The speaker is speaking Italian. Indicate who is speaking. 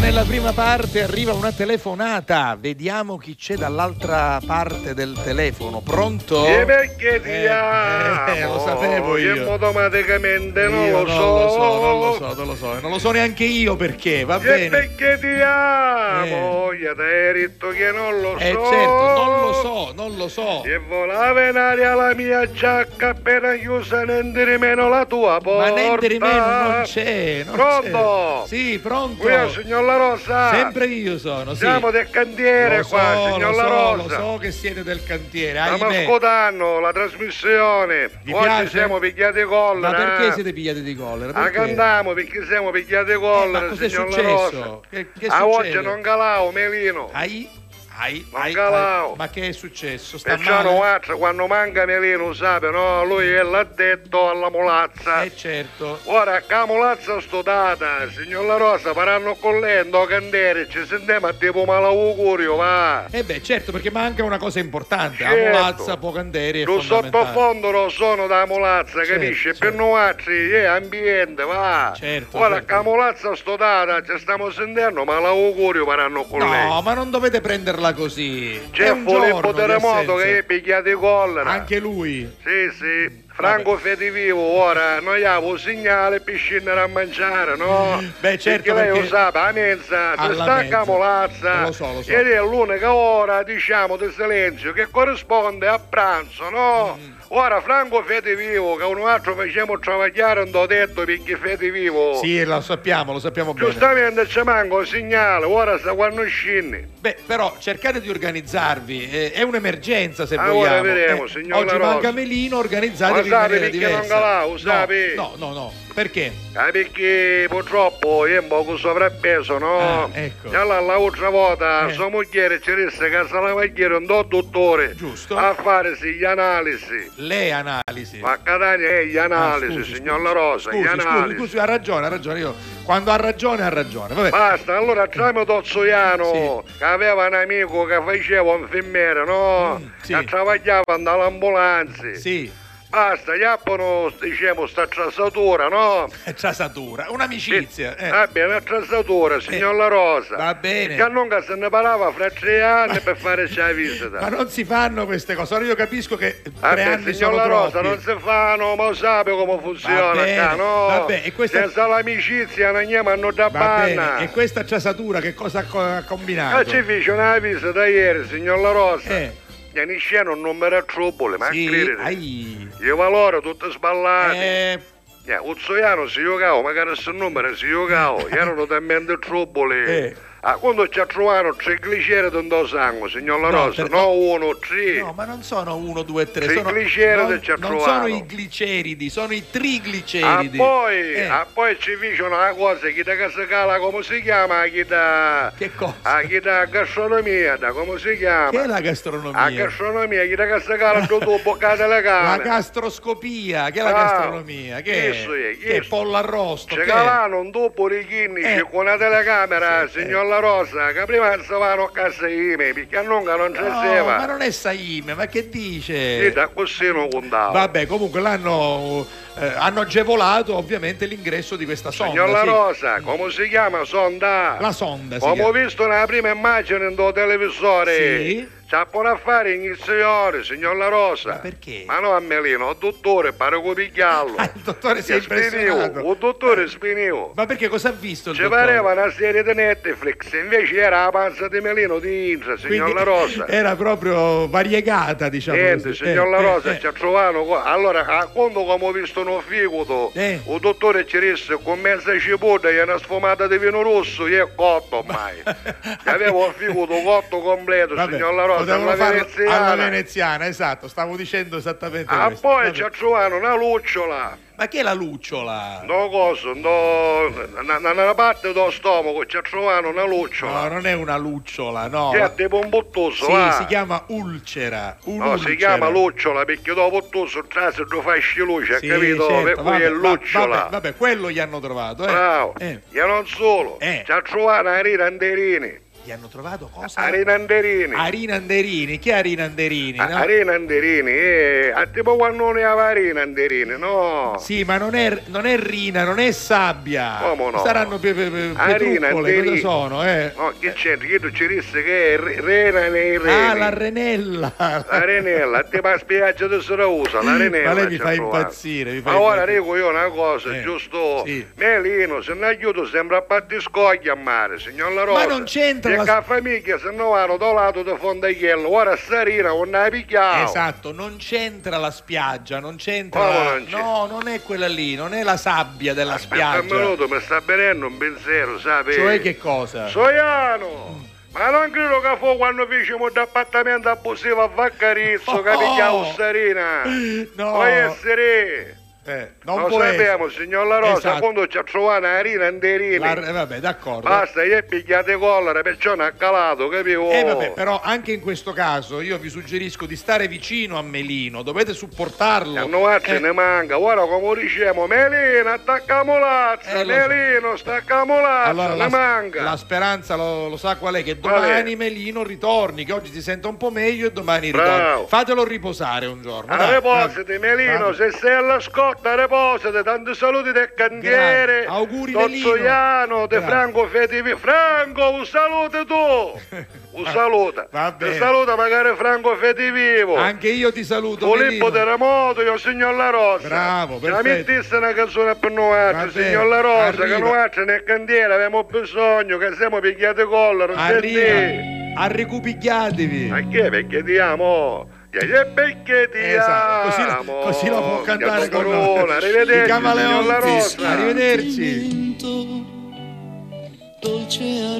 Speaker 1: nella prima parte arriva una telefonata. Vediamo chi c'è dall'altra parte del telefono. Pronto?
Speaker 2: E perché ti
Speaker 1: Eh,
Speaker 2: amo?
Speaker 1: eh, lo sapevo io.
Speaker 2: Io automaticamente non
Speaker 1: Io
Speaker 2: lo so.
Speaker 1: non lo so, non lo so, non lo so. eh. Non lo so neanche io perché, va
Speaker 2: E
Speaker 1: bene. Eh.
Speaker 2: perché ti amo? Io ti hai detto che non lo
Speaker 1: Eh
Speaker 2: so.
Speaker 1: certo, non lo so, non lo so.
Speaker 2: E volava in aria la mia giacca appena chiusa niente di meno la tua
Speaker 1: Ma
Speaker 2: porta.
Speaker 1: niente di meno non c'è, non
Speaker 2: Pronto?
Speaker 1: c'è. Sì, pronto.
Speaker 2: Qui signor La Rosa.
Speaker 1: Sempre io sono, sì.
Speaker 2: Siamo del cantiere
Speaker 1: Lo
Speaker 2: qua,
Speaker 1: so,
Speaker 2: signor
Speaker 1: lo
Speaker 2: La
Speaker 1: so,
Speaker 2: Rosa.
Speaker 1: Lo so che siete del cantiere,
Speaker 2: Stiamo
Speaker 1: ahimè.
Speaker 2: ascoltando la trasmissione.
Speaker 1: Vi
Speaker 2: Oggi
Speaker 1: piace?
Speaker 2: siamo pigliati collera.
Speaker 1: Ma perché
Speaker 2: eh.
Speaker 1: siete pigliati di collera?
Speaker 2: A
Speaker 1: Perché?
Speaker 2: cantiamo Ah, perché siamo pigliati collera,
Speaker 1: Eh, ma cos'è
Speaker 2: signor La
Speaker 1: successo?
Speaker 2: Rosa.
Speaker 1: Che- Ah, che
Speaker 2: a
Speaker 1: succede?
Speaker 2: oggi non calavo, Melino.
Speaker 1: Ai, ai,
Speaker 2: Ma
Speaker 1: ai,
Speaker 2: calao.
Speaker 1: ai. Ma che è successo? Sta
Speaker 2: Perciò
Speaker 1: male?
Speaker 2: quattro, quando manca Melino, sape, no? Lui è l'ha detto alla mulazza.
Speaker 1: Eh certo.
Speaker 2: Ora, camolazza sto data, signor La Rosa, faranno con lei, no candere, ci sentiamo a tipo malaugurio, va.
Speaker 1: Eh beh, certo, perché manca una cosa importante.
Speaker 2: Certo.
Speaker 1: La molazza, Pocanderi è
Speaker 2: Lo
Speaker 1: fondamentale.
Speaker 2: sottofondo lo sono da Molazza,
Speaker 1: Certo,
Speaker 2: capisci?
Speaker 1: certo.
Speaker 2: Per noi è ambiente, va.
Speaker 1: Certo,
Speaker 2: Ora
Speaker 1: certo.
Speaker 2: Camolazza sto data, ci stiamo sentendo, ma l'augurio faranno con
Speaker 1: No,
Speaker 2: lei.
Speaker 1: ma non dovete prenderla così. È
Speaker 2: C'è
Speaker 1: un giorno
Speaker 2: Filippo
Speaker 1: di
Speaker 2: Terremoto
Speaker 1: assenza.
Speaker 2: che è picchiato di collera.
Speaker 1: Anche lui.
Speaker 2: Sì, sì. Franco Fedivivo, ora noi abbiamo un segnale per scendere a mangiare, no?
Speaker 1: Beh, certo,
Speaker 2: Perché lei
Speaker 1: perché-
Speaker 2: lo sa, a mensa, se
Speaker 1: Alla
Speaker 2: sta a
Speaker 1: mensa.
Speaker 2: Camolazza,
Speaker 1: Lo so, lo so.
Speaker 2: ed è l'unica ora, diciamo, di silenzio che corrisponde a pranzo, no?
Speaker 1: Mm.
Speaker 2: Ora Franco Fedivivo, che un altro diciamo, facciamo travagliare, non ho detto perché Fedivivo.
Speaker 1: Sì, lo sappiamo, lo sappiamo bene.
Speaker 2: Oh. Giustamente ci manca un segnale, ora sta quando scendi.
Speaker 1: Beh, però cercate di organizzarvi, eh, è un'emergenza se
Speaker 2: Allora
Speaker 1: vogliamo.
Speaker 2: vedremo,
Speaker 1: Eh,
Speaker 2: signor
Speaker 1: Oggi
Speaker 2: La Rosa.
Speaker 1: manca Melino, organizzatevi in
Speaker 2: Ma sape
Speaker 1: maniera
Speaker 2: perché
Speaker 1: diversa.
Speaker 2: non calavo, sape?
Speaker 1: No, no, no, perché?
Speaker 2: Ah, perché purtroppo io un poco sovrappeso, no?
Speaker 1: Ah, ecco.
Speaker 2: E allora l'altra volta
Speaker 1: Eh.
Speaker 2: sua moglie ci disse che se la magliera andò al dottore
Speaker 1: Giusto.
Speaker 2: a farsi gli analisi.
Speaker 1: Le analisi.
Speaker 2: Ma a Catania è gli analisi,
Speaker 1: Ah, scusi,
Speaker 2: signor
Speaker 1: scusi.
Speaker 2: La Rosa,
Speaker 1: Scusi,
Speaker 2: gli
Speaker 1: scusi,
Speaker 2: analisi.
Speaker 1: scusi, ha ragione, ha ragione. Io, quando ha ragione, ha ragione. Vabbè.
Speaker 2: Basta, allora
Speaker 1: Eh.
Speaker 2: tramite Ozzoiano, che aveva un amico che faceva infermiere, no?
Speaker 1: Mm, sì.
Speaker 2: Che travagliava dall'ambulanza.
Speaker 1: Sì,
Speaker 2: Basta, gli appano, diciamo, sta trassatura, no?
Speaker 1: trasatura, un'amicizia. eh.
Speaker 2: Va bene, a trasatura, signor La Rosa.
Speaker 1: va bene.
Speaker 2: Che non che se ne parlava fra tre anni per fare la visita.
Speaker 1: Ma non si fanno queste cose. Ora io capisco che tre
Speaker 2: Vabbè,
Speaker 1: anni
Speaker 2: signor
Speaker 1: sono
Speaker 2: La Rosa,
Speaker 1: troppi.
Speaker 2: non si fanno, ma lo sape come funziona,
Speaker 1: Va bene,
Speaker 2: ca, no?
Speaker 1: vabbè, e questa-
Speaker 2: Senza l'amicizia non andiamo a non da
Speaker 1: Va
Speaker 2: panna.
Speaker 1: bene, e questa trasatura che cosa ha co- ha combinato?
Speaker 2: Ah, ci fece una visita ieri, signor La Rosa.
Speaker 1: Eh.
Speaker 2: Vieni sceno non mi rattruppole, ma Ah,
Speaker 1: sì,
Speaker 2: credete.
Speaker 1: ai.
Speaker 2: Io valoro tutte sballate.
Speaker 1: Eh,
Speaker 2: Eh, Uzzoiano si giocava, magari se numero si giocava, erano talmente trubboli.
Speaker 1: Eh.
Speaker 2: Ah, quando ci trovano tre gliceri di un sangue, signor La
Speaker 1: No,
Speaker 2: Rosa,
Speaker 1: per-
Speaker 2: no, uno, tre.
Speaker 1: No, ma non sono 1, 2, 3,
Speaker 2: Sì,
Speaker 1: sono
Speaker 2: gliceride
Speaker 1: non,
Speaker 2: ci ha
Speaker 1: non
Speaker 2: trovato.
Speaker 1: sono i gliceridi, sono i
Speaker 2: Ah,
Speaker 1: trigliceridi.
Speaker 2: poi,
Speaker 1: Eh,
Speaker 2: ah, poi ci dice una cosa, chi da casa cala, come si chiama, chi da...
Speaker 1: che cosa?
Speaker 2: Ah, chi da gastronomia, da come si chiama?
Speaker 1: che è la
Speaker 2: A
Speaker 1: gastronomia?
Speaker 2: gastronomia, chi da casa cala, tu tu boccate le
Speaker 1: la
Speaker 2: cane.
Speaker 1: gastroscopia, che è la
Speaker 2: Ah,
Speaker 1: gastronomia? Che
Speaker 2: isso è,
Speaker 1: è? Che è
Speaker 2: isso.
Speaker 1: pollo arrosto?
Speaker 2: C'è
Speaker 1: che è?
Speaker 2: Calano, un dopo di 15
Speaker 1: Eh.
Speaker 2: con una telecamera,
Speaker 1: Sì,
Speaker 2: signor La Rosa, che prima si vanno a casa di me, perché a non non c'è
Speaker 1: No,
Speaker 2: seva.
Speaker 1: ma non è Saime, ma che dice?
Speaker 2: E da così non contava.
Speaker 1: Eh, Vabbè, comunque l'hanno eh, hanno agevolato ovviamente l'ingresso di questa sonda.
Speaker 2: Signor La
Speaker 1: sì.
Speaker 2: Rosa, come si chiama sonda?
Speaker 1: La sonda, sì.
Speaker 2: Come ho visto nella prima immagine del televisore,
Speaker 1: Sì.
Speaker 2: c'ha buona affare in signore, signor La Rosa.
Speaker 1: Ma perché?
Speaker 2: Ma no, a Melino, il dottore, pare che pigliarlo.
Speaker 1: Ah, il dottore si è
Speaker 2: Che spinivo,
Speaker 1: impressionato.
Speaker 2: Il dottore spinivo.
Speaker 1: Ma perché cosa ha visto il
Speaker 2: Ci
Speaker 1: dottore?
Speaker 2: oh, pareva una serie di Netflix, invece era la panza di Melino di Inza, signor
Speaker 1: Quindi
Speaker 2: La Rosa.
Speaker 1: Era proprio variegata, diciamo.
Speaker 2: Niente,
Speaker 1: così.
Speaker 2: signor
Speaker 1: Eh,
Speaker 2: La
Speaker 1: eh,
Speaker 2: Rosa,
Speaker 1: eh.
Speaker 2: ci ha trovato qua. Allora, a quando come ho visto un figo,
Speaker 1: Eh.
Speaker 2: il dottore ci disse con mezza cipolla e una sfumata di vino rosso, io è cotto ormai. Avevo un figo cotto completo,
Speaker 1: Vabbè,
Speaker 2: signor La Rosa,
Speaker 1: potevano
Speaker 2: alla
Speaker 1: farlo
Speaker 2: veneziana.
Speaker 1: alla veneziana, esatto, stavo dicendo esattamente
Speaker 2: Ah,
Speaker 1: questo.
Speaker 2: poi
Speaker 1: Vabbè.
Speaker 2: ci ha trovato una lucciola,
Speaker 1: Ma che è la lucciola?
Speaker 2: no coso, no, na- na- una parte dello stomaco, ci ha trovato una
Speaker 1: No,
Speaker 2: lucciola.
Speaker 1: non è una lucciola, no.
Speaker 2: Che è tipo un bottoso,
Speaker 1: Sì,
Speaker 2: va.
Speaker 1: si chiama ulcera.
Speaker 2: No, si chiama lucciola perché dopo tu sul traso lo fai luce,
Speaker 1: certo. Sì,
Speaker 2: ha capito?
Speaker 1: certo,
Speaker 2: per cui
Speaker 1: vabbè,
Speaker 2: è
Speaker 1: va-
Speaker 2: lucciola.
Speaker 1: Vabbè, vabbè, quello gli hanno trovato, eh.
Speaker 2: Bravo.
Speaker 1: Eh,
Speaker 2: E non solo,
Speaker 1: Eh.
Speaker 2: ci ha trovato una rita Anderini.
Speaker 1: gli Gli hanno trovato cosa?
Speaker 2: Arina Anderini.
Speaker 1: Arina Anderini. Chi è Arina Anderini? no?
Speaker 2: Arina Anderini, eh, a tipo quando ne aveva Arina Anderini, no?
Speaker 1: Sì, ma non è, non è Rina, non è Sabbia.
Speaker 2: Come no?
Speaker 1: Saranno pe, pe, pe,
Speaker 2: Arina
Speaker 1: petruccole, cosa
Speaker 2: Anderini.
Speaker 1: sono? Eh?
Speaker 2: No, che c'entra? Io tu ci disse che è re- Rena nei Reni.
Speaker 1: Ah, la Renella.
Speaker 2: La Renella, a te la spiaggia di Siracusa, la Renella.
Speaker 1: Ma lei mi
Speaker 2: ci
Speaker 1: fa
Speaker 2: ha provato.
Speaker 1: impazzire, mi fa
Speaker 2: Ma ora
Speaker 1: impazzire.
Speaker 2: dico io una cosa,
Speaker 1: Eh,
Speaker 2: giusto?
Speaker 1: sì.
Speaker 2: Melino, se non aiuto sembra a parte scoglia a mare, signor La Rosa.
Speaker 1: Ma non c'entra la-
Speaker 2: Perché la famiglia se no vanno da un lato da Fondaiello, ora a Sarina con la picchiamo.
Speaker 1: Esatto, non c'entra la spiaggia, non c'entra.
Speaker 2: Come
Speaker 1: la-
Speaker 2: non c'entra?
Speaker 1: No, non è quella lì, non è la sabbia della
Speaker 2: Aspetta un
Speaker 1: spiaggia.
Speaker 2: minuto, mi sta venendo un pensiero, sape?
Speaker 1: Cioè che cosa?
Speaker 2: Soiano! Ma non credo che fu quando facciamo l'appartamento abusivo a Vaccarizzo,
Speaker 1: Oh!
Speaker 2: che picchiamo Sarina.
Speaker 1: No.
Speaker 2: Puoi essere...
Speaker 1: Eh, non
Speaker 2: Lo
Speaker 1: può essere.
Speaker 2: sappiamo, signor La Rosa,
Speaker 1: Esatto.
Speaker 2: quando ci ha trovato la Rina Anderini.
Speaker 1: La- eh, vabbè, d'accordo.
Speaker 2: Basta, gli è pigliato i collare, perciò ne ha calato, capivo?
Speaker 1: Eh, vabbè, però anche in questo caso io vi suggerisco di stare vicino a Melino, dovete supportarlo.
Speaker 2: A noi ah, ce
Speaker 1: Eh,
Speaker 2: ne manca, ora come diciamo, Melina attacchiamo l'azza,
Speaker 1: Eh, lo so.
Speaker 2: Melino stacchiamo l'azza,
Speaker 1: allora,
Speaker 2: ne
Speaker 1: la,
Speaker 2: manca.
Speaker 1: la speranza lo, lo sa qual è che
Speaker 2: Qual è?
Speaker 1: domani Melino ritorni, che oggi si sente un po' meglio e domani
Speaker 2: Bravo.
Speaker 1: ritorni. Fatelo riposare un giorno.
Speaker 2: A
Speaker 1: dai.
Speaker 2: repositi,
Speaker 1: Bravo.
Speaker 2: Melino,
Speaker 1: Bravo.
Speaker 2: se sei alla scotta, repositi, tanti saluti del cantiere,
Speaker 1: Grazie. Auguri, Melino.
Speaker 2: Tozzoiano, De
Speaker 1: Grazie.
Speaker 2: Franco Fedivi. Franco, un saluto tu! Un saluto!
Speaker 1: Va
Speaker 2: Ti
Speaker 1: bene.
Speaker 2: saluta magari Franco Fedivivo!
Speaker 1: Anche io ti saluto.
Speaker 2: Filippo
Speaker 1: Melino.
Speaker 2: Terremoto, io signor La Rosa.
Speaker 1: Bravo,
Speaker 2: La
Speaker 1: perfetto.
Speaker 2: mettesse una canzone per
Speaker 1: Va
Speaker 2: noi,
Speaker 1: bene,
Speaker 2: signor La Rosa,
Speaker 1: arriva.
Speaker 2: che noi nel cantiere abbiamo bisogno, che siamo pigliati collo, non senti?
Speaker 1: Arriva. Arricupigliatevi.
Speaker 2: Ma che perché ti amo? E perché ti
Speaker 1: Esatto, così,
Speaker 2: amo?
Speaker 1: così la può cantare
Speaker 2: Chiamo
Speaker 1: con
Speaker 2: Corona,
Speaker 1: I
Speaker 2: Arrivederci, signor La
Speaker 1: Camaleontis.
Speaker 2: Rosa.
Speaker 1: Arrivederci.
Speaker 3: Dolce